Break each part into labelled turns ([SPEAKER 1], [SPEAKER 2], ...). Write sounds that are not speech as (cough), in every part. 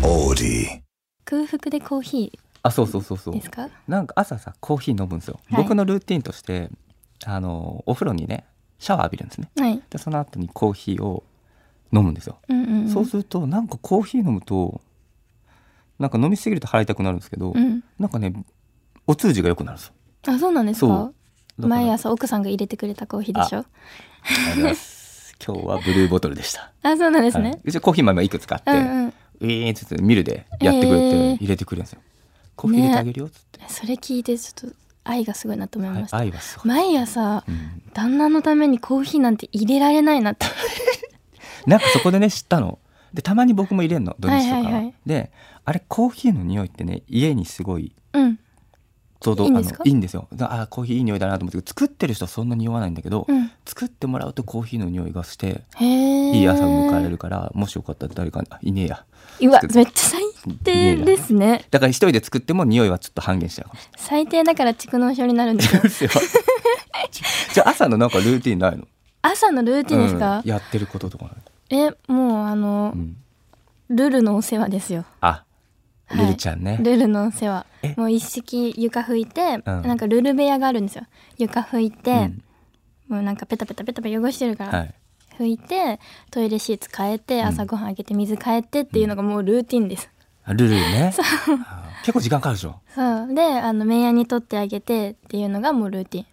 [SPEAKER 1] body.
[SPEAKER 2] 空腹でコーヒ
[SPEAKER 3] あそうそうそうそ
[SPEAKER 2] ー
[SPEAKER 3] う
[SPEAKER 2] ですか
[SPEAKER 3] なんか朝さコーヒー飲むんですよ、
[SPEAKER 2] はい
[SPEAKER 3] 僕のルーティンとしてあのお風呂にねシャワー浴びるんですね
[SPEAKER 2] はい
[SPEAKER 3] でその後にコーヒーを飲むんですよ、
[SPEAKER 2] うんうんん
[SPEAKER 3] そうするとなんかコーヒー飲むとなんか飲みすぎると腹痛くなるんですけど、
[SPEAKER 2] うん
[SPEAKER 3] なんかねお通じが良くなるんですよ
[SPEAKER 2] あそうなんです
[SPEAKER 3] そう
[SPEAKER 2] か
[SPEAKER 3] だから
[SPEAKER 2] 毎朝奥さんが入れてくれたコーヒーでしょ
[SPEAKER 3] ありがとうございます今日はブルーボトルでした
[SPEAKER 2] あそうなんです
[SPEAKER 3] はい
[SPEAKER 2] ね、
[SPEAKER 3] うちコーヒー豆いくつかあって、
[SPEAKER 2] うんうん
[SPEAKER 3] ウィーンっつってミルでやってくれて、
[SPEAKER 2] えー
[SPEAKER 3] 入れてくれるんですよコーヒー入れてあげるよっつって、
[SPEAKER 2] それ聞いてちょっと愛がすごいなと思い
[SPEAKER 3] はい
[SPEAKER 2] ました、
[SPEAKER 3] 愛はすごい、
[SPEAKER 2] 毎朝
[SPEAKER 3] うん
[SPEAKER 2] 旦那のためにコーヒーなんて入れられないなって
[SPEAKER 3] なんかそこでね知ったのでたまに僕も入れるの土日とかは、
[SPEAKER 2] はいはいはい
[SPEAKER 3] であれコーヒーの匂いってね家にすごい
[SPEAKER 2] うん
[SPEAKER 3] ちょうど
[SPEAKER 2] いいんですか
[SPEAKER 3] あのいいんですよだからあーコーヒーいい匂いだなと思って作ってる人はそんなに匂わないんだけど、
[SPEAKER 2] うん
[SPEAKER 3] 作ってもらうとコーヒーの匂いがして
[SPEAKER 2] へえ
[SPEAKER 3] いい朝を迎えられるから、もしよかったら誰かにあいねえや
[SPEAKER 2] うわ
[SPEAKER 3] 作る
[SPEAKER 2] めっちゃ最低ですね
[SPEAKER 3] だから一人で作っても匂いはちょっと半減しちゃうかもし
[SPEAKER 2] 最低だから蓄膿症になるん
[SPEAKER 3] (laughs)
[SPEAKER 2] です
[SPEAKER 3] れ
[SPEAKER 2] よ
[SPEAKER 3] な
[SPEAKER 2] (laughs)
[SPEAKER 3] いですよじゃあ朝のなんかルーティンないの
[SPEAKER 2] 朝のルーティンですか
[SPEAKER 3] うん、やってることとかない、
[SPEAKER 2] えもうあの、
[SPEAKER 3] うん、
[SPEAKER 2] ルルのお世話ですよ
[SPEAKER 3] あ
[SPEAKER 2] はい
[SPEAKER 3] ルルちゃんね、
[SPEAKER 2] ルルのお世話
[SPEAKER 3] え
[SPEAKER 2] もう一式床拭いて、
[SPEAKER 3] ん
[SPEAKER 2] なんかルル部屋があるんですよ床拭いて、
[SPEAKER 3] うん
[SPEAKER 2] もうなんかペタペタペタペタ汚してるから、
[SPEAKER 3] はい
[SPEAKER 2] 拭いてトイレシーツ変えて朝ごはんあげて水変えてっていうのがもうルーティンです、
[SPEAKER 3] あルルねあー結構時間かかるでしょ
[SPEAKER 2] そうであのメイヤに取ってあげてっていうのがもうルーティン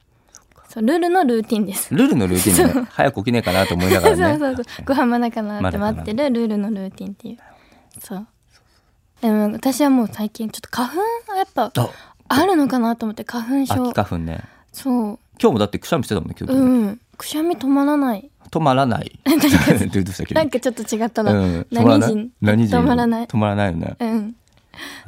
[SPEAKER 2] そうルルのルーティンです、
[SPEAKER 3] ルルのルーティンでね早く起きねえかなと思いなが
[SPEAKER 2] そ
[SPEAKER 3] ら
[SPEAKER 2] うそう
[SPEAKER 3] ね
[SPEAKER 2] (laughs) そうご飯まだかなって
[SPEAKER 3] まだか
[SPEAKER 2] 待
[SPEAKER 3] な
[SPEAKER 2] ってるルルのルーティンっていうそうでも私はもう最近ちょっと花粉はやっぱ
[SPEAKER 3] あ
[SPEAKER 2] あるのかなと思って花粉
[SPEAKER 3] 秋
[SPEAKER 2] 症
[SPEAKER 3] 花粉ね
[SPEAKER 2] そう
[SPEAKER 3] 今日もだってくしゃみしてたもんね今日、
[SPEAKER 2] うんくしゃみ止まらない
[SPEAKER 3] 止まらないどうしたっけ
[SPEAKER 2] なんかちょっと違ったな、
[SPEAKER 3] うん止まら
[SPEAKER 2] 何
[SPEAKER 3] ない
[SPEAKER 2] 人
[SPEAKER 3] 何人
[SPEAKER 2] 止まらない
[SPEAKER 3] 止まらないよね
[SPEAKER 2] うん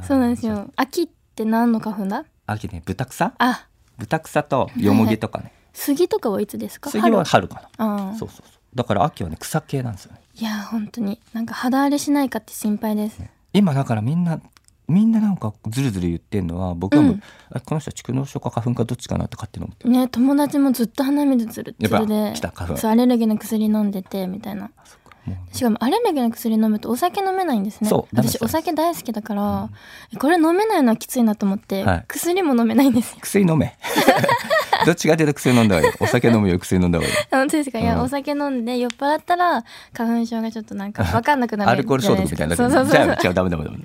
[SPEAKER 2] そうなんですよ秋って何の花粉だ
[SPEAKER 3] 秋ね豚草
[SPEAKER 2] あ
[SPEAKER 3] 豚草とよもぎとかね
[SPEAKER 2] 杉とかはいつですか
[SPEAKER 3] 次は
[SPEAKER 2] 春
[SPEAKER 3] 春か
[SPEAKER 2] あ
[SPEAKER 3] な
[SPEAKER 2] あ
[SPEAKER 3] そうそうそうだから秋はね草系なんですよね
[SPEAKER 2] いや本当になんか肌荒れしないかって心配です、
[SPEAKER 3] 今だからみんなみんななんかずるずる言ってんのは僕はもう、
[SPEAKER 2] うん
[SPEAKER 3] あこの人は蓄膿症か花粉かどっちかなって勝手に思ってる
[SPEAKER 2] ね友達もずっと鼻水つるつ
[SPEAKER 3] やっ
[SPEAKER 2] る
[SPEAKER 3] ぱ
[SPEAKER 2] で
[SPEAKER 3] 来た花粉
[SPEAKER 2] そうアレルギーの薬飲んでてみたいな
[SPEAKER 3] あそっかもう
[SPEAKER 2] しかもアレルギーの薬飲むとお酒飲めないんですね
[SPEAKER 3] そうダメです
[SPEAKER 2] 私お酒大好きだから、これ飲めないのはきついなと思って、
[SPEAKER 3] はい
[SPEAKER 2] 薬も飲めないんですよ
[SPEAKER 3] 薬
[SPEAKER 2] (laughs)
[SPEAKER 3] 飲め (laughs) どっちが出た薬飲んだ方がいいお酒飲むより薬飲んだ方がいい
[SPEAKER 2] 本当ですかいや、
[SPEAKER 3] うん
[SPEAKER 2] お酒飲んで酔っ払ったら花粉症がちょっとなんか分かんなくなる
[SPEAKER 3] アルコール消毒みたいになってる
[SPEAKER 2] じゃないですかそうそうそうそう
[SPEAKER 3] じゃあ違うダメダメダメ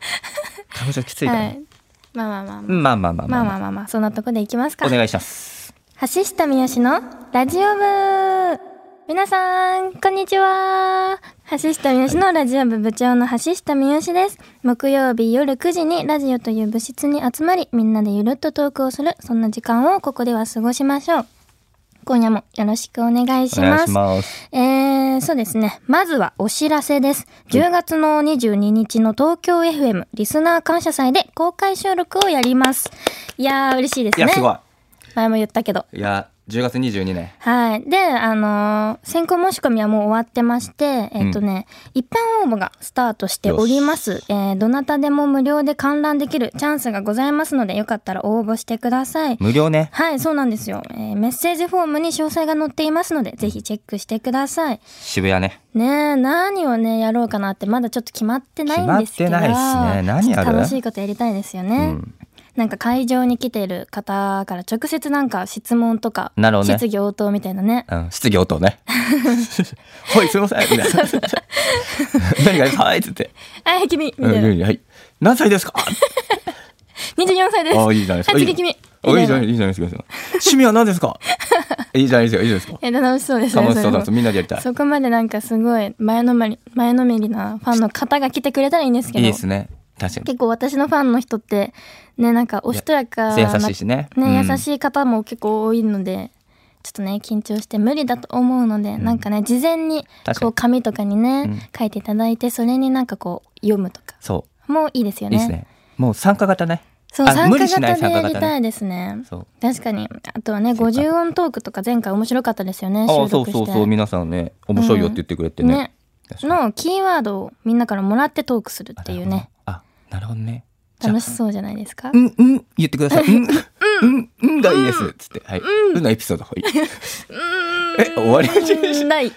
[SPEAKER 3] 花粉症きついから、
[SPEAKER 2] は
[SPEAKER 3] ね
[SPEAKER 2] いまあまあまあ
[SPEAKER 3] うんまあまあまあま
[SPEAKER 2] ま
[SPEAKER 3] あ、
[SPEAKER 2] あまあまあまあそんなとこでいきますか
[SPEAKER 3] お願いします
[SPEAKER 2] 橋下三好のラジオ部皆さん、こんにちは。橋下三好のラジオ部部長の橋下三好です。木曜日夜9時にラジオという部室に集まり、みんなでゆるっとトークをする、そんな時間をここでは過ごしましょう。今夜もよろしくお願いし
[SPEAKER 3] お願
[SPEAKER 2] ま
[SPEAKER 3] いし
[SPEAKER 2] す。
[SPEAKER 3] ます
[SPEAKER 2] えー、そうですね。まずはお知らせです。10月の22日の東京 FM リスナー感謝祭で公開収録をやります。いやー、嬉しいです
[SPEAKER 3] い
[SPEAKER 2] ね。
[SPEAKER 3] やすごい
[SPEAKER 2] 前も言ったけど。
[SPEAKER 3] いや10月22ね
[SPEAKER 2] はい。で、あのー先行申し込みはもう終わってまして、えっ、とね、一般応募がスタートしております。えーどなたでも無料で観覧できるチャンスがございますので、よかったら応募してください。
[SPEAKER 3] 無料ね
[SPEAKER 2] はい、そうなんですよ、えーメッセージフォームに詳細が載っていますので、ぜひチェックしてください。
[SPEAKER 3] 渋谷ね
[SPEAKER 2] ねえ、何をね、やろうかなって、まだちょっと決まってないんですけど。
[SPEAKER 3] 決まってないっすね何や
[SPEAKER 2] ちょ
[SPEAKER 3] る
[SPEAKER 2] っと楽しいことやりたいですよね。なんか会場に来てる方から直接なんか質問とか、
[SPEAKER 3] なるほどね
[SPEAKER 2] 質疑応答みたいなね。
[SPEAKER 3] うん、質疑応答
[SPEAKER 2] (laughs)
[SPEAKER 3] ね。 (laughs) おい、すいません。みたいな (laughs) 何がですかはいっつって。
[SPEAKER 2] はい、君みた
[SPEAKER 3] うん
[SPEAKER 2] いな。
[SPEAKER 3] はい。何
[SPEAKER 2] (laughs)
[SPEAKER 3] 歳ですか
[SPEAKER 2] 24歳です。
[SPEAKER 3] あいいじゃないですか。
[SPEAKER 2] はい、次君。
[SPEAKER 3] あいいじゃ
[SPEAKER 2] みたいな
[SPEAKER 3] ないいいじゃないですか。趣味は何で
[SPEAKER 2] (laughs)
[SPEAKER 3] すかいいじゃないですか。いいじゃないですか。
[SPEAKER 2] え、楽しそうですね。
[SPEAKER 3] 楽し
[SPEAKER 2] そ
[SPEAKER 3] そう
[SPEAKER 2] れも
[SPEAKER 3] 楽しそう。みんなでやりたい。
[SPEAKER 2] そこまでなんかすごい前のまり、前のめりなファンの方が来てくれたらいいんですけ
[SPEAKER 3] いい
[SPEAKER 2] ど。
[SPEAKER 3] ですね。確かに。
[SPEAKER 2] 結構私のファンの人って、ね、なんかおしとやかな。
[SPEAKER 3] 優しいしね。
[SPEAKER 2] ね、優
[SPEAKER 3] い。
[SPEAKER 2] しい方も結構多いのでちょっとね緊張して無理だと思うので、なんかね事前に
[SPEAKER 3] 確か
[SPEAKER 2] こ
[SPEAKER 3] に
[SPEAKER 2] う紙とかにね、
[SPEAKER 3] うん
[SPEAKER 2] 書いていただいてそれになんかこう読むとか
[SPEAKER 3] そ
[SPEAKER 2] もういいですよ
[SPEAKER 3] う。い
[SPEAKER 2] ね。
[SPEAKER 3] いですね。もう参加型ね。
[SPEAKER 2] そう
[SPEAKER 3] あ
[SPEAKER 2] 参
[SPEAKER 3] 無
[SPEAKER 2] 加
[SPEAKER 3] 理し
[SPEAKER 2] 型
[SPEAKER 3] ない参
[SPEAKER 2] で
[SPEAKER 3] 加
[SPEAKER 2] や
[SPEAKER 3] 型ね
[SPEAKER 2] りたいですね。
[SPEAKER 3] そう。
[SPEAKER 2] 確かにあとはね50音トークとか前回面白かったですよね
[SPEAKER 3] ああ、
[SPEAKER 2] 収
[SPEAKER 3] そう
[SPEAKER 2] 録
[SPEAKER 3] そ
[SPEAKER 2] し
[SPEAKER 3] うそう。
[SPEAKER 2] て。
[SPEAKER 3] 皆さんね、面白いよって言ってくれてね。
[SPEAKER 2] ね
[SPEAKER 3] 確かに
[SPEAKER 2] のキーワードをみんなからもらってトークするっていうね。
[SPEAKER 3] あ、なるほどね。じゃあ
[SPEAKER 2] 楽しそうじゃないですか
[SPEAKER 3] う。ん、うん、言って
[SPEAKER 2] (laughs)
[SPEAKER 3] ください。うん、うん、うんがいいです。つって、はい。うんのエピソード。はい。え、終わり
[SPEAKER 2] ない。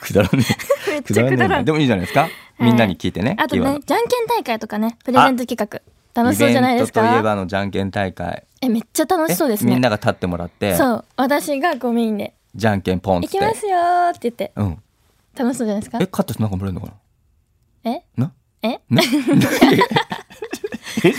[SPEAKER 3] くだらね
[SPEAKER 2] (laughs) めっ
[SPEAKER 3] え。く
[SPEAKER 2] ち
[SPEAKER 3] だ
[SPEAKER 2] ゃ
[SPEAKER 3] らね
[SPEAKER 2] くだ
[SPEAKER 3] えんだ
[SPEAKER 2] ら
[SPEAKER 3] よ
[SPEAKER 2] ん
[SPEAKER 3] でもいいじゃないですか。みんなに聞いてね。
[SPEAKER 2] あと
[SPEAKER 3] 今
[SPEAKER 2] ね
[SPEAKER 3] の
[SPEAKER 2] じゃんけん大会とかねプレゼント企画楽しそうじゃないですか
[SPEAKER 3] イベントといえばあのじゃんけん大会。
[SPEAKER 2] えめっちゃ楽しそうです
[SPEAKER 3] えみん
[SPEAKER 2] ね
[SPEAKER 3] なが立ってもらって、
[SPEAKER 2] そう私がこうメインで
[SPEAKER 3] じゃんけん
[SPEAKER 2] 「
[SPEAKER 3] ポンっ
[SPEAKER 2] 行
[SPEAKER 3] つって。
[SPEAKER 2] きますよ」って言って
[SPEAKER 3] うん。
[SPEAKER 2] 楽しそうじゃないですか
[SPEAKER 3] え、勝った人なんかもらえるのか
[SPEAKER 2] え
[SPEAKER 3] なな
[SPEAKER 2] え
[SPEAKER 3] ね (laughs) え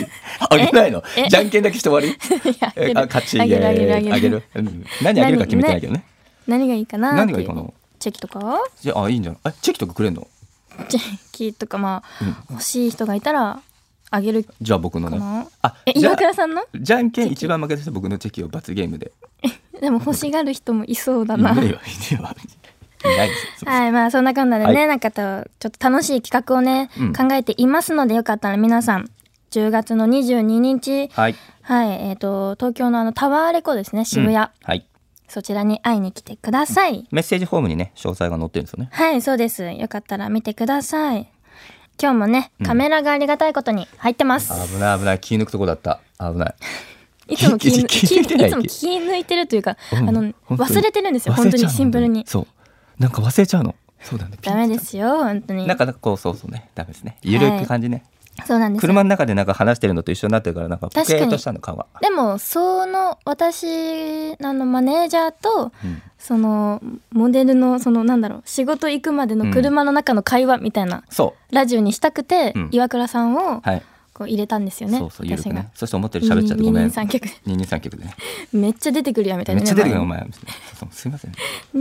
[SPEAKER 3] あげないの
[SPEAKER 2] え
[SPEAKER 3] じゃんけんだけして終わり
[SPEAKER 2] いや
[SPEAKER 3] えあ勝ちイエ
[SPEAKER 2] (laughs) あ
[SPEAKER 3] ー
[SPEAKER 2] げるあ
[SPEAKER 3] イ
[SPEAKER 2] げるあげる
[SPEAKER 3] あげるうん何あげるか決めてないけどね
[SPEAKER 2] (laughs) 何がいいかなって
[SPEAKER 3] 何
[SPEAKER 2] いう
[SPEAKER 3] がいいかな
[SPEAKER 2] チェキとか (laughs)
[SPEAKER 3] じゃああいいんじゃないえチェキとかくれんの
[SPEAKER 2] チェキとかまあ、欲しい人がいたらあげるか
[SPEAKER 3] じゃあ僕のね
[SPEAKER 2] な、
[SPEAKER 3] あ
[SPEAKER 2] え
[SPEAKER 3] じ
[SPEAKER 2] 岩
[SPEAKER 3] ゃあ
[SPEAKER 2] 倉さんの
[SPEAKER 3] じゃんけん一番負けた人僕のチェキを罰ゲームで
[SPEAKER 2] でも欲しがる人もいそうだ
[SPEAKER 3] いな
[SPEAKER 2] ない
[SPEAKER 3] わいないわいないですよ
[SPEAKER 2] はいまあそんなこんなでね、
[SPEAKER 3] はい
[SPEAKER 2] なんかとちょっと楽しい企画をね、
[SPEAKER 3] うん
[SPEAKER 2] 考えていますのでよかったら皆さん10月の22日
[SPEAKER 3] はい
[SPEAKER 2] はいえっ、と東京のあのタワーレコですね渋谷、
[SPEAKER 3] うんはい
[SPEAKER 2] そちらに会いに来てください
[SPEAKER 3] メッセージフォームにね詳細が載ってるんですよね
[SPEAKER 2] はいそうですよかったら見てください今日もねカメラがありがたいことに入ってます、
[SPEAKER 3] 危ない危ない気抜くとこだった危ない
[SPEAKER 2] いつも気抜
[SPEAKER 3] 聞いてない
[SPEAKER 2] いつも気抜いてるというか、
[SPEAKER 3] うん
[SPEAKER 2] あの
[SPEAKER 3] 本当に
[SPEAKER 2] 忘れてるんですよ
[SPEAKER 3] 忘
[SPEAKER 2] 本
[SPEAKER 3] れ
[SPEAKER 2] 当
[SPEAKER 3] ちゃう
[SPEAKER 2] に
[SPEAKER 3] の
[SPEAKER 2] シンプルに
[SPEAKER 3] そうなんか忘れちゃうのそうだね
[SPEAKER 2] ダメですよ本当に
[SPEAKER 3] なかなかこうそうそうねダメですねゆるく感じね、
[SPEAKER 2] そうなんですよ
[SPEAKER 3] 車の中でなんか話してるのと一緒になってるからなんかポケ
[SPEAKER 2] 確か
[SPEAKER 3] ー
[SPEAKER 2] に
[SPEAKER 3] としたの顔が、
[SPEAKER 2] でもその私あのマネージャーと
[SPEAKER 3] うん
[SPEAKER 2] そのモデルのそのなんだろう仕事行くまでの車の中の会話みたいな、
[SPEAKER 3] そ
[SPEAKER 2] ラジオにしたくて、
[SPEAKER 3] うん
[SPEAKER 2] 岩倉さんを
[SPEAKER 3] うはい、
[SPEAKER 2] こう入れたんですよね、
[SPEAKER 3] そうそうゆるく
[SPEAKER 2] 私が
[SPEAKER 3] ねそして思ったより喋っちゃってごめん
[SPEAKER 2] 二人三脚で
[SPEAKER 3] 二人三脚でね
[SPEAKER 2] (laughs) めっちゃ出てくるやみたい
[SPEAKER 3] め
[SPEAKER 2] な
[SPEAKER 3] っ
[SPEAKER 2] ね、
[SPEAKER 3] ちゃ出てくるお前そうすいません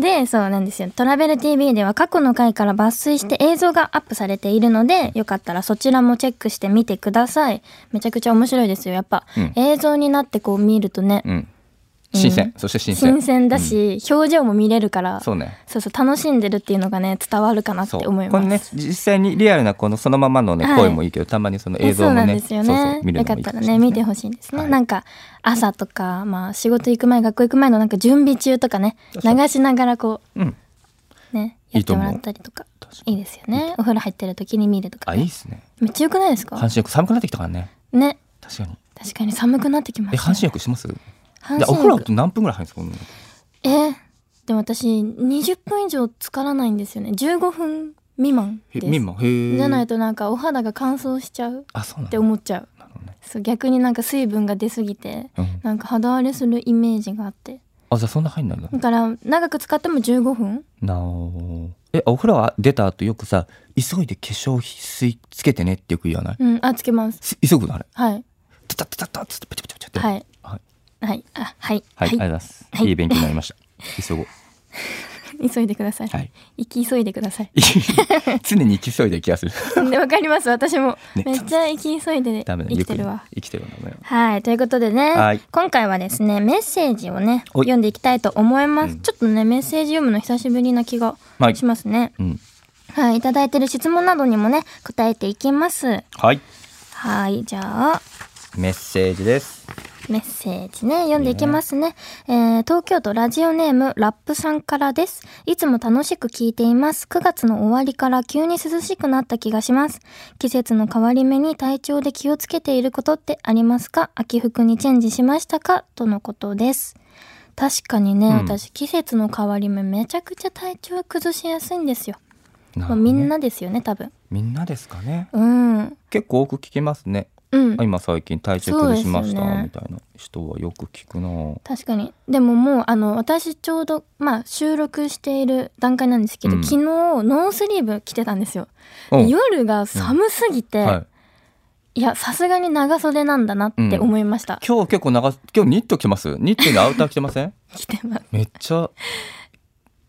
[SPEAKER 2] で、そうなんですよ。トラベル TV では過去の回から抜粋して映像がアップされているので、よかったらそちらもチェックしてみてください。めちゃくちゃ面白いですよ。やっぱ、
[SPEAKER 3] うん
[SPEAKER 2] 映像になってこう見るとね、
[SPEAKER 3] うん新鮮、
[SPEAKER 2] うん
[SPEAKER 3] そして新鮮
[SPEAKER 2] 新鮮だし、表情も見れるから、
[SPEAKER 3] そうね
[SPEAKER 2] そうそう楽しんでるっていうのがね、伝わるかなって
[SPEAKER 3] そう
[SPEAKER 2] 思い
[SPEAKER 3] こ
[SPEAKER 2] ま
[SPEAKER 3] れ
[SPEAKER 2] す。
[SPEAKER 3] ね実際にリアルなこのそのままのね、
[SPEAKER 2] はい
[SPEAKER 3] 声もいいけどたまにその
[SPEAKER 2] え
[SPEAKER 3] 映
[SPEAKER 2] そ
[SPEAKER 3] 像
[SPEAKER 2] う
[SPEAKER 3] も
[SPEAKER 2] なん
[SPEAKER 3] ね
[SPEAKER 2] ですよ
[SPEAKER 3] そうそう
[SPEAKER 2] ね。
[SPEAKER 3] 見る
[SPEAKER 2] よ
[SPEAKER 3] の
[SPEAKER 2] か
[SPEAKER 3] も
[SPEAKER 2] っ
[SPEAKER 3] いい
[SPEAKER 2] た
[SPEAKER 3] からもしれ
[SPEAKER 2] ね、
[SPEAKER 3] ない
[SPEAKER 2] 見てほしいですね。
[SPEAKER 3] はい
[SPEAKER 2] なんか、朝とか、まあ、仕事行く前、学校行く前のなんか準備中とかね、流しながらこ
[SPEAKER 3] うん
[SPEAKER 2] う、ね、
[SPEAKER 3] い
[SPEAKER 2] や
[SPEAKER 3] い
[SPEAKER 2] って
[SPEAKER 3] と思
[SPEAKER 2] も
[SPEAKER 3] う
[SPEAKER 2] らったりとか。
[SPEAKER 3] 確か
[SPEAKER 2] い
[SPEAKER 3] に
[SPEAKER 2] いですよね。お風呂入ってる時に見るとか
[SPEAKER 3] あ
[SPEAKER 2] ね、
[SPEAKER 3] いいですね
[SPEAKER 2] めっちゃ良くないですか
[SPEAKER 3] 半身浴寒くなってきたからね
[SPEAKER 2] ね。
[SPEAKER 3] 確かに
[SPEAKER 2] 確かに寒くなってきま
[SPEAKER 3] え半
[SPEAKER 2] し
[SPEAKER 3] 身浴します
[SPEAKER 2] た。
[SPEAKER 3] いやお風呂って何分ぐらい入るんですか
[SPEAKER 2] えーでも私、20分以上浸からないんですよね。15分未満
[SPEAKER 3] へ
[SPEAKER 2] です。
[SPEAKER 3] みんなへえ
[SPEAKER 2] じゃないとなんかお肌が乾燥しちゃう
[SPEAKER 3] あそうな
[SPEAKER 2] っ
[SPEAKER 3] ん
[SPEAKER 2] て
[SPEAKER 3] だ
[SPEAKER 2] 思っちゃう。
[SPEAKER 3] なるほどね
[SPEAKER 2] そう、逆になんか水分が出すぎて、
[SPEAKER 3] うん
[SPEAKER 2] なんか肌荒れするイメージがあって。
[SPEAKER 3] あじゃあそんな入んないんだ
[SPEAKER 2] だから、長く使っても15分
[SPEAKER 3] なおえお風呂は出た後よくさ急いで化粧水つけてねってよく言わない、
[SPEAKER 2] うん、あ、つけます。
[SPEAKER 3] す急ぐのあれ
[SPEAKER 2] はい。
[SPEAKER 3] タタタタタっつってペチャペチャペチャって
[SPEAKER 2] はい。
[SPEAKER 3] はい
[SPEAKER 2] はい。あ、はい。
[SPEAKER 3] はい、ありがとうござい
[SPEAKER 2] は
[SPEAKER 3] ます、
[SPEAKER 2] はい
[SPEAKER 3] い、い勉強になりました急
[SPEAKER 2] (laughs)
[SPEAKER 3] ごう
[SPEAKER 2] い。急いでください。
[SPEAKER 3] はい
[SPEAKER 2] 行き急いでください。
[SPEAKER 3] 常に急いでる気がする
[SPEAKER 2] でわかります。私も。
[SPEAKER 3] ね
[SPEAKER 2] めっちゃ生き急いで
[SPEAKER 3] ダメだ
[SPEAKER 2] 生きてるわ。
[SPEAKER 3] ゆっくり生きてるわダメよ
[SPEAKER 2] はい。ということでね、
[SPEAKER 3] はい
[SPEAKER 2] 今回はですね、メッセージをね、
[SPEAKER 3] おい
[SPEAKER 2] 読んでいきたいと思います。
[SPEAKER 3] うん
[SPEAKER 2] ちょっとね、メッセージ読むの久しぶりな気が
[SPEAKER 3] はい
[SPEAKER 2] しますね。
[SPEAKER 3] うん
[SPEAKER 2] はい。いただいてる質問などにもね、答えていきます。
[SPEAKER 3] はい
[SPEAKER 2] はい。じゃあ、
[SPEAKER 3] メッセージです
[SPEAKER 2] メッセージね、読んでいきますね。えー東京都ラジオネームラップさんからです。いつも楽しく聞いています。9月の終わりから急に涼しくなった気がします。季節の変わり目に体調で気をつけていることってありますか秋服にチェンジしましたかとのことです。確かにね、
[SPEAKER 3] うん
[SPEAKER 2] 私季節の変わり目めちゃくちゃ体調崩しやすいんですよ。
[SPEAKER 3] なる
[SPEAKER 2] まあ
[SPEAKER 3] ほど
[SPEAKER 2] み
[SPEAKER 3] ね
[SPEAKER 2] んなですよね、多分。
[SPEAKER 3] みんなですかね
[SPEAKER 2] うん。
[SPEAKER 3] 結構多く聞きますね、
[SPEAKER 2] うん
[SPEAKER 3] (laughs) あ。今最近体調崩しました、
[SPEAKER 2] そうですよね
[SPEAKER 3] みたいな人はよく聞くな
[SPEAKER 2] 確かにでももうあの私ちょうど、まあ、収録している段階なんですけど、
[SPEAKER 3] うん
[SPEAKER 2] 昨日ノースリーブ着てたんですよ、
[SPEAKER 3] うん
[SPEAKER 2] 夜が寒すぎて、
[SPEAKER 3] はい
[SPEAKER 2] い、やさすがに長袖なんだなって思いました、
[SPEAKER 3] 今日結構長す今日ニット着てますニットにアウター着てま
[SPEAKER 2] (laughs)
[SPEAKER 3] せん
[SPEAKER 2] 着てます
[SPEAKER 3] めっちゃ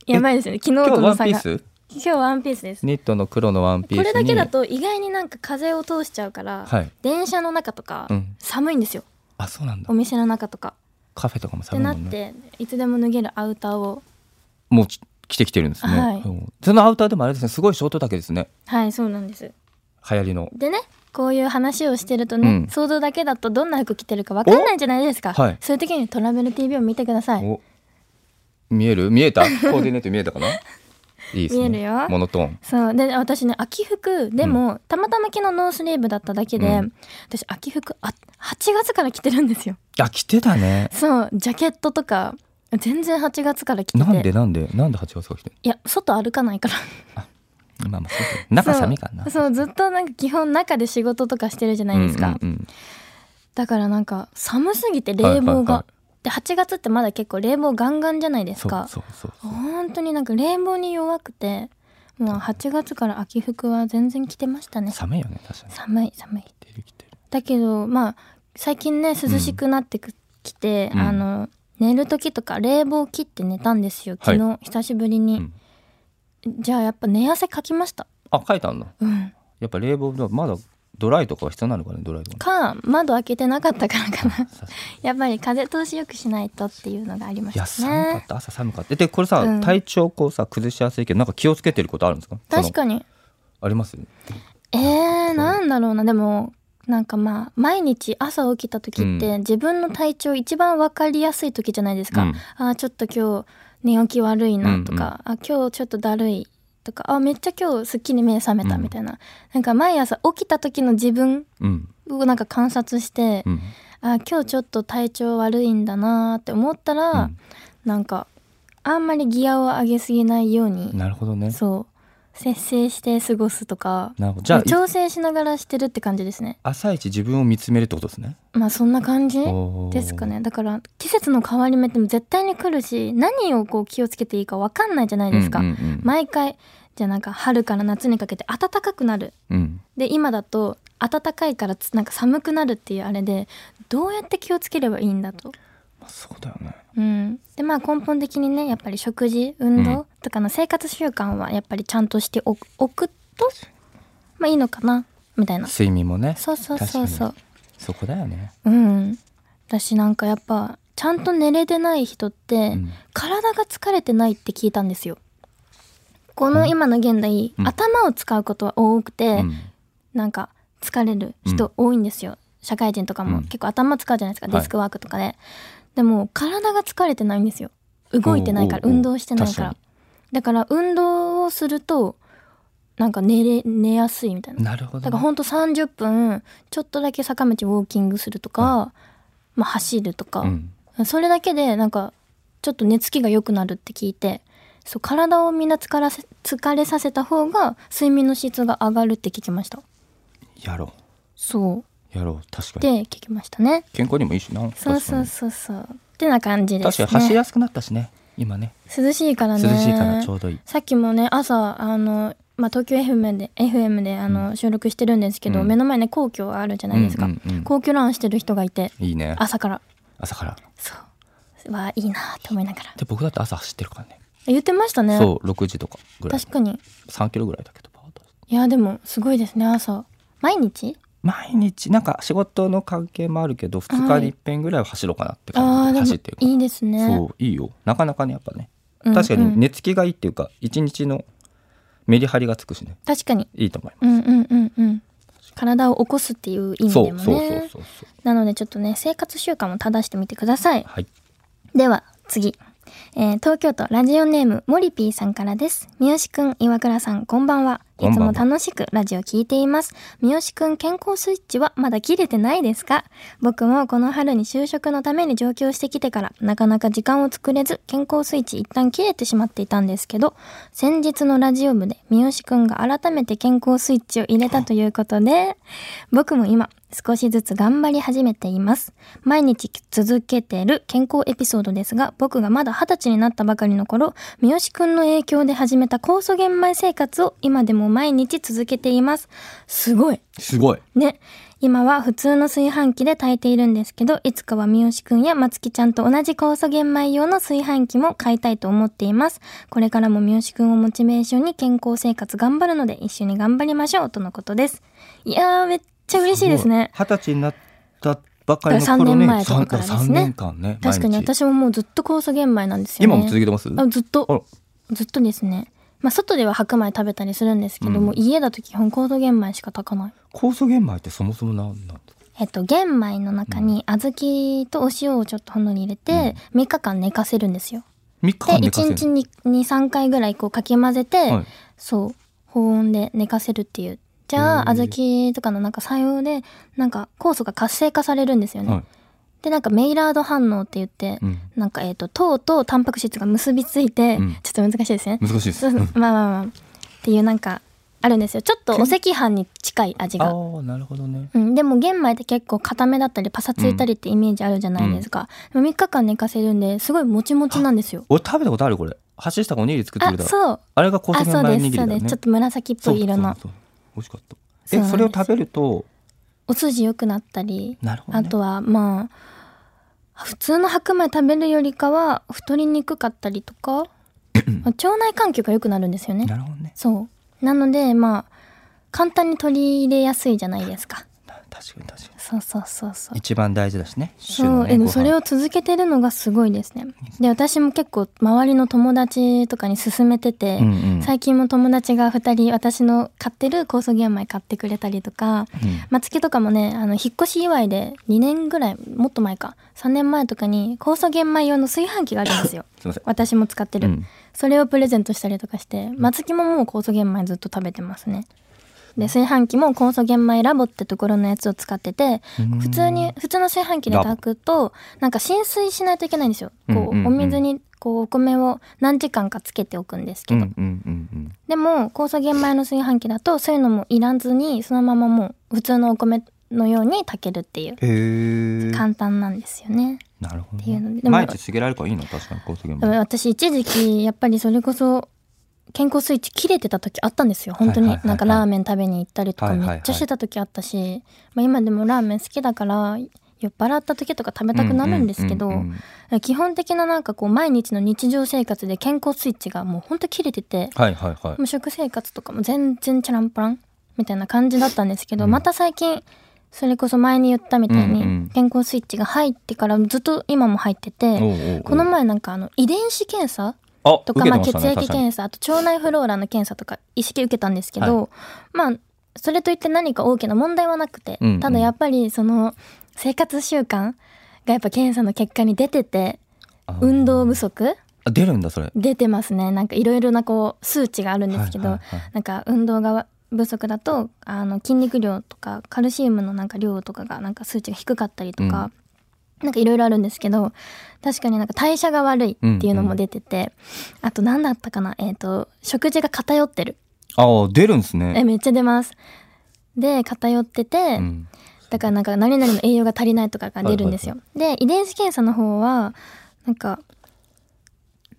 [SPEAKER 2] やばいですよね昨
[SPEAKER 3] 今
[SPEAKER 2] 日
[SPEAKER 3] 日
[SPEAKER 2] との
[SPEAKER 3] ワンピ
[SPEAKER 2] 差が
[SPEAKER 3] ー
[SPEAKER 2] 今日
[SPEAKER 3] ス
[SPEAKER 2] ワンピースです
[SPEAKER 3] ニットの黒のワンピースに
[SPEAKER 2] これだけだと意外になんか風を通しちゃうから、
[SPEAKER 3] はい
[SPEAKER 2] 電車の中とか、
[SPEAKER 3] うん
[SPEAKER 2] 寒いんですよ
[SPEAKER 3] あそうなんだ
[SPEAKER 2] お店の中とか
[SPEAKER 3] カフェとかも
[SPEAKER 2] って
[SPEAKER 3] 寒い
[SPEAKER 2] な
[SPEAKER 3] も
[SPEAKER 2] っ
[SPEAKER 3] んね
[SPEAKER 2] ていつでも脱げるアウターを
[SPEAKER 3] もうち着てきてるんですね、
[SPEAKER 2] はい
[SPEAKER 3] うんそのアウターでもあれですねすごいショート丈ですね
[SPEAKER 2] はいそうなんです
[SPEAKER 3] 流行りの
[SPEAKER 2] でねこういう話をしてるとね、
[SPEAKER 3] うん
[SPEAKER 2] 想像だけだとどんな服着てるかわかんないじゃないですか、
[SPEAKER 3] おはい
[SPEAKER 2] そういう時にトラベル TV を見てください
[SPEAKER 3] お見える
[SPEAKER 2] (laughs)
[SPEAKER 3] 見えたコーディネート見えたかないいですね
[SPEAKER 2] 見えるよ
[SPEAKER 3] モノトーン
[SPEAKER 2] そうで私ね秋服でも、たまたま昨日ノースリーブだっただけで、
[SPEAKER 3] うん
[SPEAKER 2] 私秋服あ8月から着てるんですよ
[SPEAKER 3] あ着てたね
[SPEAKER 2] そうジャケットとか全然8月から来てて
[SPEAKER 3] なんでなんでなんで8月が来てん
[SPEAKER 2] いや外歩かないから
[SPEAKER 3] のまあまあそうか中寒いからな
[SPEAKER 2] そうそうずっとなんか基本中で仕事とかしてるじゃないですか、
[SPEAKER 3] うんうんうん
[SPEAKER 2] だからなんか寒すぎて冷
[SPEAKER 3] はいは
[SPEAKER 2] 房
[SPEAKER 3] いは
[SPEAKER 2] が、で8月ってまだ結構冷房ガンガンじゃないですか
[SPEAKER 3] そうそうそう
[SPEAKER 2] 本当になんか冷房に弱くてもう8月から秋服は全然着てましたね
[SPEAKER 3] 寒いよね確かに
[SPEAKER 2] 寒い寒い
[SPEAKER 3] 着てる着てる
[SPEAKER 2] だけどまあ最近ね涼しくなってくきて、
[SPEAKER 3] うん
[SPEAKER 2] あの寝る時とか冷房切って寝たんですよ
[SPEAKER 3] は
[SPEAKER 2] 昨
[SPEAKER 3] い
[SPEAKER 2] 日、久しぶりに、じゃあやっぱ寝汗かきました
[SPEAKER 3] あ書いたんだ
[SPEAKER 2] うん
[SPEAKER 3] やっぱ冷房のまだドライとかは必要なのかねドライとか
[SPEAKER 2] か窓開けてなかったからかな (laughs)
[SPEAKER 3] さい
[SPEAKER 2] やっぱり風通しよくしないとっていうのがありま
[SPEAKER 3] や
[SPEAKER 2] した
[SPEAKER 3] 寒かっ
[SPEAKER 2] ね
[SPEAKER 3] た朝寒かったでこれさ、
[SPEAKER 2] うん
[SPEAKER 3] 体調こうさ崩しやすいけどなんか気をつけてることあるんですか
[SPEAKER 2] 確
[SPEAKER 3] に
[SPEAKER 2] かに
[SPEAKER 3] あります
[SPEAKER 2] えー、なんだろうなでもなんかまあ毎日朝起きた時って自分の体調一番分かりやすい時じゃないですか、
[SPEAKER 3] うん
[SPEAKER 2] あーちょっと今日寝起き悪いなとか、あ今日ちょっとだるいとかあめっちゃ今日すっきり目覚めた
[SPEAKER 3] うん
[SPEAKER 2] みたいな、なんか毎朝起きた時の自分
[SPEAKER 3] うん
[SPEAKER 2] をなんか観察して、
[SPEAKER 3] うん
[SPEAKER 2] あー今日ちょっと体調悪いんだなーって思ったら、
[SPEAKER 3] うん
[SPEAKER 2] なんかあんまりギアを上げすぎないように
[SPEAKER 3] なるほどね
[SPEAKER 2] そう節制して過ごすとか
[SPEAKER 3] なるほどじゃあい
[SPEAKER 2] 調整しながらしてるって感じですね
[SPEAKER 3] 朝一自分を見つめるってことですね
[SPEAKER 2] まあそんな感じ
[SPEAKER 3] おー
[SPEAKER 2] ですかねだから季節の変わり目って絶対に来るし何をこう気をつけていいか分かんないじゃないですか、
[SPEAKER 3] うんうん
[SPEAKER 2] 毎回じゃあなんか春から夏にかけて暖かくなる
[SPEAKER 3] うんうん
[SPEAKER 2] で今だと暖かいからつなんか寒くなるっていうあれでどうやって気をつければいいんだと。
[SPEAKER 3] まあ、そうだよね
[SPEAKER 2] うん、でまあ根本的にねやっぱり食事運
[SPEAKER 3] うん
[SPEAKER 2] 動とかの生活習慣はやっぱりちゃんとしておくおくと、まあいいのかなみたいな
[SPEAKER 3] 睡眠もね
[SPEAKER 2] そうそうそうそう
[SPEAKER 3] 確そこだよね
[SPEAKER 2] うん私なんかやっぱちゃんと寝れてない人って、
[SPEAKER 3] ん
[SPEAKER 2] 体が疲れてないって聞いたんですよこの今の現代、
[SPEAKER 3] うん
[SPEAKER 2] 頭を使うことは多くて、
[SPEAKER 3] うん
[SPEAKER 2] なんか疲れる人多いんですよ、社会人とか
[SPEAKER 3] う
[SPEAKER 2] も
[SPEAKER 3] ん
[SPEAKER 2] 結構頭使うじゃないですか、
[SPEAKER 3] はい
[SPEAKER 2] デスクワークとかででも体が疲れてないんですよ動いてないから
[SPEAKER 3] おうおうおう
[SPEAKER 2] 運動してないから
[SPEAKER 3] 確か
[SPEAKER 2] だから運動をするとなんか寝れ寝やすいみたいな
[SPEAKER 3] なるほ
[SPEAKER 2] だか
[SPEAKER 3] ど
[SPEAKER 2] ら
[SPEAKER 3] ね
[SPEAKER 2] ほんと30分ちょっとだけ坂道ウォーキングするとか、まあ、走るとか、
[SPEAKER 3] うん
[SPEAKER 2] それだけでなんかちょっと寝つきが良くなるって聞いてそう体をみんな疲らせ疲れさせた方が睡眠の質が上がるって聞きました
[SPEAKER 3] やろ
[SPEAKER 2] そう
[SPEAKER 3] うやろう確か
[SPEAKER 2] っ
[SPEAKER 3] に
[SPEAKER 2] て聞きましたね
[SPEAKER 3] 健康にもいいしな
[SPEAKER 2] そうそうそうそうってな感じで
[SPEAKER 3] 確
[SPEAKER 2] す
[SPEAKER 3] か
[SPEAKER 2] ね
[SPEAKER 3] に走りやすくなったしね今ね
[SPEAKER 2] 涼しいから
[SPEAKER 3] 涼
[SPEAKER 2] ね
[SPEAKER 3] しいからちょうどいい
[SPEAKER 2] さっきもね朝あの、まあ、東京 FM で FM であの収録してるんですけど、
[SPEAKER 3] うん
[SPEAKER 2] 目の前ね皇居があるじゃないですか、
[SPEAKER 3] うんうんうん
[SPEAKER 2] 皇居ランしてる人がいて
[SPEAKER 3] いいね
[SPEAKER 2] 朝から
[SPEAKER 3] 朝から
[SPEAKER 2] そうわあいいなって思いながら
[SPEAKER 3] で僕だって朝走ってるからね
[SPEAKER 2] 言ってましたね
[SPEAKER 3] そう6時とかぐらい
[SPEAKER 2] 確かに
[SPEAKER 3] 3キロぐらいだけどパーッと
[SPEAKER 2] いやでもすごいですね朝毎日
[SPEAKER 3] 毎日なんか仕事の関係もあるけど2日に一遍ぐらいは走ろうかなって
[SPEAKER 2] あ
[SPEAKER 3] 感
[SPEAKER 2] あで
[SPEAKER 3] じで
[SPEAKER 2] も
[SPEAKER 3] 走ってるから
[SPEAKER 2] いいですね
[SPEAKER 3] そういいよなかなかねやっぱね
[SPEAKER 2] うん
[SPEAKER 3] 確か
[SPEAKER 2] う
[SPEAKER 3] に
[SPEAKER 2] ん
[SPEAKER 3] 寝つきがいいっていうか一日のメリハリがつくしね
[SPEAKER 2] 確かに
[SPEAKER 3] いいと思いま
[SPEAKER 2] うんうんうんうん体を起こすっていう意
[SPEAKER 3] すそ
[SPEAKER 2] 味
[SPEAKER 3] う
[SPEAKER 2] でもね
[SPEAKER 3] そうそうそうそう
[SPEAKER 2] なのでちょっとね生活習慣も正してみてください
[SPEAKER 3] はい
[SPEAKER 2] では次、えー東京都ラジオネームモリピーさんからです三好くん岩倉さんこんばんは
[SPEAKER 3] こ
[SPEAKER 2] い
[SPEAKER 3] ん
[SPEAKER 2] つ
[SPEAKER 3] ばんは
[SPEAKER 2] も楽しくラジオ聞いています三好くん健康スイッチはまだ切れてないですか僕もこの春に就職のために上京してきてからなかなか時間を作れず健康スイッチ一旦切れてしまっていたんですけど先日のラジオ部で三好くんが改めて健康スイッチを入れたということで僕も今少しずつ頑張り始めています毎日続けてる健康エピソードですが僕がまだ二十歳になったばかりの頃三好くんの影響で始めた酵素玄米生活を今でも毎日続けていますすごい
[SPEAKER 3] すごい
[SPEAKER 2] ね今は普通の炊飯器で炊いているんですけどいつかは三好くんや松木ちゃんと同じ酵素玄米用の炊飯器も買いたいと思っていますこれからも三好くんをモチベーションに健康生活頑張るので一緒に頑張りましょうとのことですいやーめっちゃ嬉しいですね
[SPEAKER 3] ごい二十歳になったばかりの
[SPEAKER 2] だから
[SPEAKER 3] 頃
[SPEAKER 2] 三
[SPEAKER 3] ね
[SPEAKER 2] 年前とかからですね
[SPEAKER 3] 三年間ね
[SPEAKER 2] 確かに
[SPEAKER 3] 毎日
[SPEAKER 2] 私ももうずっと酵素玄米なんですよね
[SPEAKER 3] 今も続けてます
[SPEAKER 2] あずっ
[SPEAKER 3] あら
[SPEAKER 2] とずっとですねまあ外では白米食べたりするんですけど、
[SPEAKER 3] うん
[SPEAKER 2] もう家だと基本酵素玄米しか炊かない
[SPEAKER 3] 酵素玄米ってそもそも何なんですか
[SPEAKER 2] えっと、玄米の中に小豆とお塩をちょっとほんのり入れて、3日間寝かせるんですよ。
[SPEAKER 3] 3日
[SPEAKER 2] で
[SPEAKER 3] 間寝かせ
[SPEAKER 2] 1
[SPEAKER 3] る
[SPEAKER 2] 日に23回ぐらいこうかき混ぜて、
[SPEAKER 3] はい
[SPEAKER 2] そう保温で寝かせるっていうじゃあ
[SPEAKER 3] へー
[SPEAKER 2] 小豆とかのなんか作用でなんか酵素が活性化されるんですよね。
[SPEAKER 3] はい
[SPEAKER 2] で、なんかメイラード反応って言って、
[SPEAKER 3] うん
[SPEAKER 2] なんかえっ、と、糖とタンパク質が結びついて、
[SPEAKER 3] うん
[SPEAKER 2] ちょっと難しいですね。
[SPEAKER 3] 難しいで
[SPEAKER 2] そ
[SPEAKER 3] す。
[SPEAKER 2] う
[SPEAKER 3] うん
[SPEAKER 2] まあまあまあ。っていうなんか、あるんですよ。ちょっとお赤飯に近い味が。
[SPEAKER 3] ああ、なるほどね。
[SPEAKER 2] うん、でも玄米って結構固めだったりパサついたりってイメージあるじゃないですか、でも3日間寝かせるんですごいもちもちなんですよ
[SPEAKER 3] 俺食べたことあるこれ。橋下がおにぎり作ってく
[SPEAKER 2] あ
[SPEAKER 3] れた。
[SPEAKER 2] そう
[SPEAKER 3] あれが高
[SPEAKER 2] あ
[SPEAKER 3] 速
[SPEAKER 2] そう
[SPEAKER 3] の前
[SPEAKER 2] で
[SPEAKER 3] おに
[SPEAKER 2] す
[SPEAKER 3] ぎ
[SPEAKER 2] そ
[SPEAKER 3] り
[SPEAKER 2] う
[SPEAKER 3] だ
[SPEAKER 2] で
[SPEAKER 3] よ
[SPEAKER 2] す
[SPEAKER 3] ね
[SPEAKER 2] ちょっ。と紫っぽい色の
[SPEAKER 3] そうそうそう美味しかった。
[SPEAKER 2] そうなんで
[SPEAKER 3] え、
[SPEAKER 2] す
[SPEAKER 3] それを食べると、
[SPEAKER 2] お筋良くなったり、
[SPEAKER 3] なるほど、
[SPEAKER 2] あ
[SPEAKER 3] ね。
[SPEAKER 2] とはまあ普通の白米食べるよりかは太りにくかったりとか
[SPEAKER 3] (clears throat)
[SPEAKER 2] まあ腸内環境が良くなるんですよね
[SPEAKER 3] なるほどね。
[SPEAKER 2] そうなのでまあ簡単に取り入れやすいじゃないですか
[SPEAKER 3] な確かに確か
[SPEAKER 2] そうそうそうそう
[SPEAKER 3] に。一番大事だしね。
[SPEAKER 2] そ
[SPEAKER 3] 主の
[SPEAKER 2] う、
[SPEAKER 3] ね
[SPEAKER 2] でも
[SPEAKER 3] ご飯
[SPEAKER 2] それを続けてるのがすごいですね。で、私も結構周りの友達とかに勧めてて、
[SPEAKER 3] うんうん
[SPEAKER 2] 最近も友達が2人私の買ってる酵素玄米買ってくれたりとか、
[SPEAKER 3] うん。
[SPEAKER 2] まつけとかもね、あの、引っ越し祝いで2年ぐらい、もっと前か、3年前とかに酵素玄米用の炊飯器があるんですよ
[SPEAKER 3] すいません
[SPEAKER 2] 私も使ってる、
[SPEAKER 3] うん
[SPEAKER 2] それをプレゼントしたりとかして、まつきももう酵素玄米ずっと食べてますね。で、炊飯器も酵素玄米ラボってところのやつを使ってて、
[SPEAKER 3] うん
[SPEAKER 2] 普通に普通の炊飯器で炊くとなんか浸水しないといけないんですよ。こう、
[SPEAKER 3] うんうんうん
[SPEAKER 2] お水にこうお米を何時間かつけておくんですけど、
[SPEAKER 3] うんうんうんうん。
[SPEAKER 2] でも酵素玄米の炊飯器だとそういうのもいらずにそのままもう普通のお米のように炊けるっていう
[SPEAKER 3] へえ。
[SPEAKER 2] 簡単なんですよね。
[SPEAKER 3] なるほど
[SPEAKER 2] っていうの
[SPEAKER 3] ね
[SPEAKER 2] で。でも
[SPEAKER 3] 毎日げられるからいいの確かに高速
[SPEAKER 2] でも私一時期やっぱりそれこそ健康スイッチ切れてた時あったんですよ本当
[SPEAKER 3] はい
[SPEAKER 2] に
[SPEAKER 3] はいはいはい
[SPEAKER 2] なんかラーメン食べに行ったりと
[SPEAKER 3] は
[SPEAKER 2] か
[SPEAKER 3] いはいはい
[SPEAKER 2] めっちゃしてた時あったし、まあ、今でもラーメン好きだから酔っ払った時とか食べたくなるんですけど、
[SPEAKER 3] うんうんうん
[SPEAKER 2] 基本的ななんかこう毎日の日常生活で健康スイッチがもうほんと切れてて、
[SPEAKER 3] はいはいはい
[SPEAKER 2] もう食生活とかも全然チャランパランみたいな感じだったんですけど、また最近それこそ前に言ったみたい
[SPEAKER 3] うんうん
[SPEAKER 2] に健康スイッチが入ってからずっと今も入ってて、
[SPEAKER 3] おうおうおう
[SPEAKER 2] この前なんかあの遺伝子検査
[SPEAKER 3] あ
[SPEAKER 2] とか、まあ、
[SPEAKER 3] 受
[SPEAKER 2] 血
[SPEAKER 3] けて
[SPEAKER 2] 液
[SPEAKER 3] したね確かに
[SPEAKER 2] 検査あと腸内フローラの検査とか意識受けたんですけど、まあそれといって何か大きな問題はなくて、
[SPEAKER 3] うんうん
[SPEAKER 2] ただやっぱりその生活習慣がやっぱ検査の結果に出てて
[SPEAKER 3] あー
[SPEAKER 2] 運動不足
[SPEAKER 3] あ出るんだそれ
[SPEAKER 2] 出てますねなんかいろいろなこう数値があるんですけど、
[SPEAKER 3] はいはいはい
[SPEAKER 2] なんか運動が不足だとあの筋肉量とかカルシウムのなんか量とかがなんか数値が低かったりとか、なんかいろいろあるんですけど確かになんか代謝が悪いっていうのも出てて、あと何だったかなえっ、と食事が偏ってる
[SPEAKER 3] あー出るんです
[SPEAKER 2] え
[SPEAKER 3] ね
[SPEAKER 2] めっちゃ出ますで偏ってて、
[SPEAKER 3] うん
[SPEAKER 2] だからなんか何々の栄養が足りないとかが出るんですよ。で遺伝子検査の方はなんか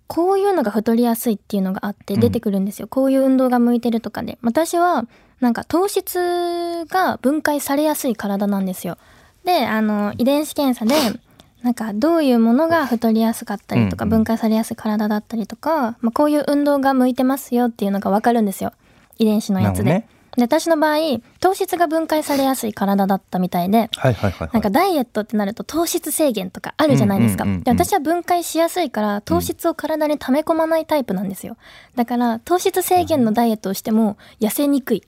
[SPEAKER 2] こういうのが太りやすいっていうのがあって出てくるんですよ、こういう運動が向いてるとかで私はなんか糖質が分解されやすい体なんですよ。であの遺伝子検査でなんかどういうものが太りやすかったりとか
[SPEAKER 3] うんうん
[SPEAKER 2] 分解されやすい体だったりとか、まあ、こういう運動が向いてますよっていうのが分かるんですよ遺伝子のやつで。
[SPEAKER 3] なるほどね
[SPEAKER 2] で私の場合糖質が分解されやすい体だったみたいで
[SPEAKER 3] はいはいはいはい
[SPEAKER 2] なんかダイエットってなると糖質制限とかあるじゃないですか、
[SPEAKER 3] うんうんうんうん
[SPEAKER 2] で私は分解しやすいから糖質を体に溜め込まないタイプなんですよだから糖質制限のダイエットをしても痩せにくい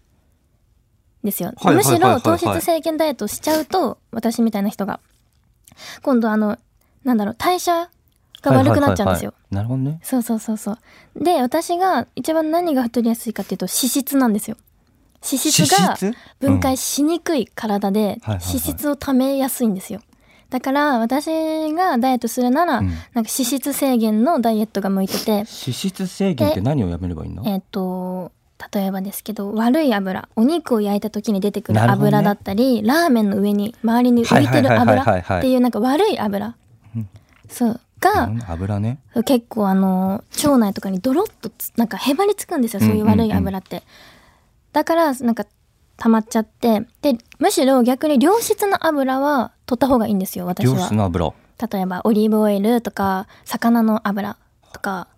[SPEAKER 2] ですよ、
[SPEAKER 3] はいはい
[SPEAKER 2] む
[SPEAKER 3] はい
[SPEAKER 2] し
[SPEAKER 3] はいは
[SPEAKER 2] ろ
[SPEAKER 3] い
[SPEAKER 2] 糖質制限ダイエットをしちゃうと私みたいな人が今度あのなんだろう代謝が悪くなっちゃうんですよ、
[SPEAKER 3] はいはいはいはいなるほどね
[SPEAKER 2] そうそうそうそうで私が一番何が太りやすいかっていうと脂質なんですよ脂質が
[SPEAKER 3] 脂質
[SPEAKER 2] 分解しにくい体で
[SPEAKER 3] はいはいは
[SPEAKER 2] 脂
[SPEAKER 3] い
[SPEAKER 2] 質をためやすいんですよだから私がダイエットするなら、
[SPEAKER 3] うん
[SPEAKER 2] なんか脂質制限のダイエットが向いてて
[SPEAKER 3] 脂質制限って何をやめればいいの
[SPEAKER 2] えっ、と例えばですけど悪い油お肉を焼いた時に出てくる
[SPEAKER 3] なるほどね
[SPEAKER 2] 油だったり、ラーメンの上に周りに浮いてる
[SPEAKER 3] はいはいはいはい
[SPEAKER 2] 油
[SPEAKER 3] はい
[SPEAKER 2] っていうなんか悪い油、
[SPEAKER 3] うん
[SPEAKER 2] そうが、
[SPEAKER 3] なん油ね
[SPEAKER 2] 結構あの腸内とかにドロッとつなんかへばりつくんですよそういう悪い油って、だからなんか溜まっちゃってでむしろ逆に良質な油は取った方がいいんですよ私
[SPEAKER 3] 良
[SPEAKER 2] は
[SPEAKER 3] 質の油
[SPEAKER 2] 例えばオリーブオイルとか魚の油とか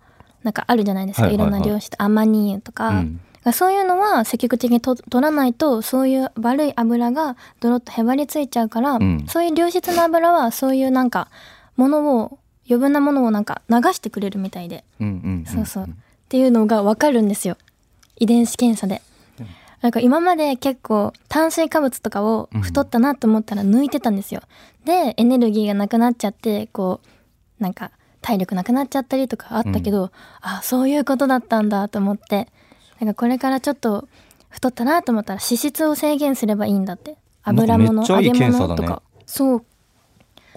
[SPEAKER 2] なんかあるじゃないですか、
[SPEAKER 3] はい
[SPEAKER 2] い
[SPEAKER 3] はいは
[SPEAKER 2] ろ
[SPEAKER 3] い
[SPEAKER 2] んな漁師とアマニ油とか、
[SPEAKER 3] うん
[SPEAKER 2] そういうのは積極的にと取らないとそういう悪い油がドロッとへばりついちゃうから、
[SPEAKER 3] うん
[SPEAKER 2] そういう良質な油はそういうなんかものを余分なものをなんか流してくれるみたいで、
[SPEAKER 3] うんうん
[SPEAKER 2] そうそうっていうのがわかるんですよ遺伝子検査で。なんか今まで結構炭水化物とかを太ったなと思ったら抜いてたんですよ。でエネルギーがなくなっちゃってこうなんか体力なくなっちゃったりとかあったけど、あそういうことだったんだと思ってなんかこれからちょっと太ったなと思ったら脂質を制限すればいいんだって
[SPEAKER 3] なんか
[SPEAKER 2] 油物
[SPEAKER 3] めっち
[SPEAKER 2] 揚
[SPEAKER 3] ゃいい
[SPEAKER 2] げ
[SPEAKER 3] 検査
[SPEAKER 2] 物
[SPEAKER 3] だね
[SPEAKER 2] とかそう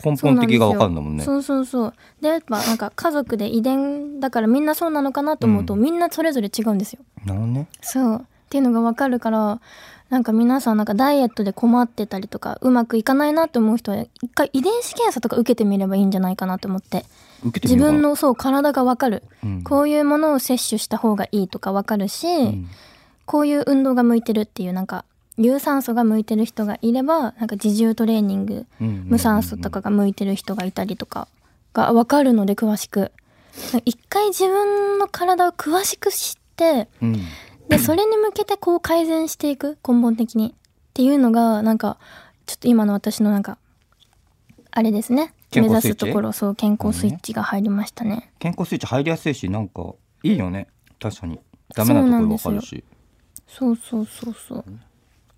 [SPEAKER 3] 根本的が分かるんだもんね。
[SPEAKER 2] そうそうそうでやっぱなんか家族で遺伝だからみんなそうなのかなと思うと、
[SPEAKER 3] うん
[SPEAKER 2] みんなそれぞれ違うんですよ
[SPEAKER 3] なるほどね。
[SPEAKER 2] そうっていうのが分かるからなんか皆さんなんかダイエットで困ってたりとかうまくいかないなと思う人は一回遺伝子検査とか受けてみればいいんじゃないかなと思って
[SPEAKER 3] 受けて
[SPEAKER 2] 自
[SPEAKER 3] みようか
[SPEAKER 2] 分
[SPEAKER 3] な
[SPEAKER 2] のそう体が分かる、
[SPEAKER 3] うん
[SPEAKER 2] こういうものを摂取した方がいいとか分かるし、
[SPEAKER 3] うん
[SPEAKER 2] こういう運動が向いてるっていうなんか有酸素が向いてる人がいればなんか自重トレーニング
[SPEAKER 3] うんうんうん
[SPEAKER 2] 無酸素とかが向いてる人がいたりとかが分かるので詳しく一回自分の体を詳しく知って
[SPEAKER 3] うん
[SPEAKER 2] でそれに向けてこう改善していく根本的にっていうのがなんかちょっと今の私のなんかあれですね目
[SPEAKER 3] 健
[SPEAKER 2] 指
[SPEAKER 3] 康スイッ
[SPEAKER 2] す
[SPEAKER 3] チ
[SPEAKER 2] ところそう健康スイッチが入りましたね
[SPEAKER 3] 健康スイッチ入りやすいしなんかいいよね確かにダメなところ分かるし
[SPEAKER 2] そうそうそうそうっ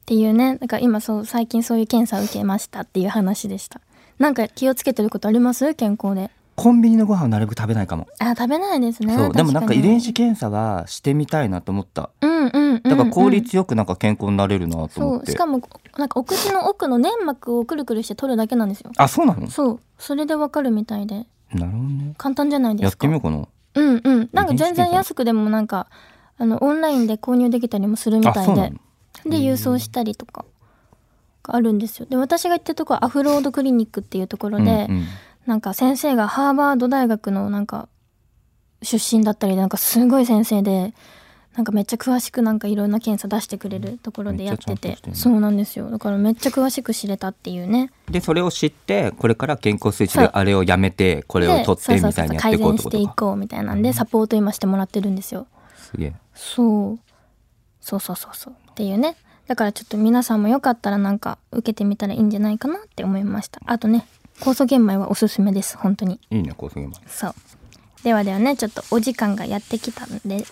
[SPEAKER 2] ていうねなんか今そう最近そういう検査を受けましたっていう話でしたなんか気をつけてることあります健康で
[SPEAKER 3] コンビニのご飯をなるべく食べないかも
[SPEAKER 2] あ食べないですね
[SPEAKER 3] そうでもなんか
[SPEAKER 2] 確に
[SPEAKER 3] 遺伝子検査はしてみたいなと思った
[SPEAKER 2] うんうんうんうん
[SPEAKER 3] だから効率よくなんか健康になれるなと
[SPEAKER 2] そ
[SPEAKER 3] 思っ
[SPEAKER 2] う
[SPEAKER 3] て
[SPEAKER 2] しかもなんかお口の奥の粘膜をくるくるして取るだけなんですよ
[SPEAKER 3] あそうなの
[SPEAKER 2] そうそれでわかるみたいで
[SPEAKER 3] なるほどね
[SPEAKER 2] 簡単じゃないで
[SPEAKER 3] やっ
[SPEAKER 2] すか
[SPEAKER 3] てみようかな
[SPEAKER 2] うんうんなんか
[SPEAKER 3] 遺伝子検
[SPEAKER 2] 全
[SPEAKER 3] 査
[SPEAKER 2] 然安くでもなんかあのオンラインで購入できたりもするみ
[SPEAKER 3] あ
[SPEAKER 2] た
[SPEAKER 3] そ
[SPEAKER 2] いう
[SPEAKER 3] な
[SPEAKER 2] で
[SPEAKER 3] の
[SPEAKER 2] で郵送したりとかがあるんですよで私が行ったとこはアフロードクリニックっていうところで、
[SPEAKER 3] うんうん
[SPEAKER 2] なんか先生がハーバード大学のなんか出身だったりでなんかすごい先生でなんかめっちゃ詳しくなんかいろんな検査出してくれるところでやって
[SPEAKER 3] め
[SPEAKER 2] て
[SPEAKER 3] っちゃちゃんとしてんの
[SPEAKER 2] そうなんですよだからめっちゃ詳しく知れたっていうね
[SPEAKER 3] でそれを知ってこれから健康スイッチで
[SPEAKER 2] そう
[SPEAKER 3] あれをやめてこれを取って
[SPEAKER 2] でそう
[SPEAKER 3] み
[SPEAKER 2] そ
[SPEAKER 3] た
[SPEAKER 2] う
[SPEAKER 3] い
[SPEAKER 2] そう
[SPEAKER 3] にやって
[SPEAKER 2] 改
[SPEAKER 3] いこう
[SPEAKER 2] 善
[SPEAKER 3] って
[SPEAKER 2] し
[SPEAKER 3] こ
[SPEAKER 2] てい
[SPEAKER 3] とか
[SPEAKER 2] こうみたいなんでサポート今してもらってるんですよ
[SPEAKER 3] すげえ
[SPEAKER 2] そうそうそうそうそうっていうねだからちょっと皆さんもよかったらなんか受けてみたらいいんじゃないかなって思いましたあとね酵素玄米はおすすめです本当に
[SPEAKER 3] いいね高層現場
[SPEAKER 2] そう。ではではね、ちょっとお時間がやってきたんで、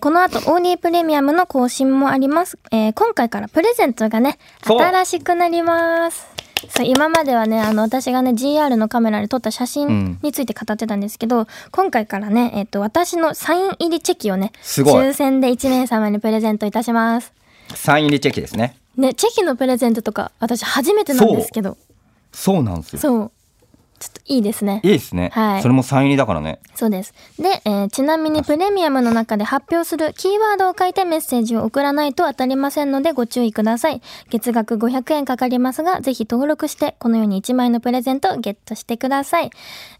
[SPEAKER 2] この後、オーディプレミアムの更新もあります。えー今回からプレゼントがね、
[SPEAKER 3] そう
[SPEAKER 2] 新しくなります。そう、今まではね、あの、私がね、GR のカメラで撮った写真について語ってたんですけど、今回からね、えっ、と、私のサイン入りチェキをね、
[SPEAKER 3] すごい
[SPEAKER 2] 抽選で1名様にプレゼントいたします。
[SPEAKER 3] サイン入りチェキですね
[SPEAKER 2] ね、チェキのプレゼントとか、私初めてなんですけど、
[SPEAKER 3] そうなんですよ
[SPEAKER 2] そう。ちょっといいですね。
[SPEAKER 3] いいですね、
[SPEAKER 2] はい
[SPEAKER 3] それもサイン入りだからね
[SPEAKER 2] そうです。で、えーちなみにプレミアムの中で発表するキーワードを書いてメッセージを送らないと当たりませんのでご注意ください。月額500円かかりますが、ぜひ登録して、このように1枚のプレゼントをゲットしてください。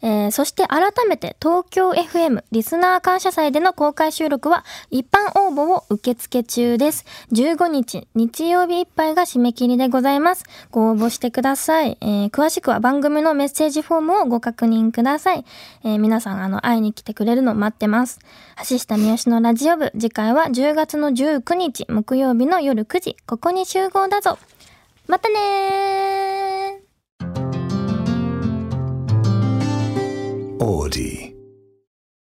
[SPEAKER 2] えーそして改めて、東京 FM リスナー感謝祭での公開収録は、一般応募を受付中です。15日、日曜日いっぱいが締め切りでございます。ご応募してください。えー詳しくは番組のメッセージフォームをご確認ください。えー皆さん、あの、会いに来てくれるの待ってます。橋下三好のラジオ部、次回は10月の19日、木曜日の夜9時、ここに集合だぞ。またねー
[SPEAKER 1] Audi.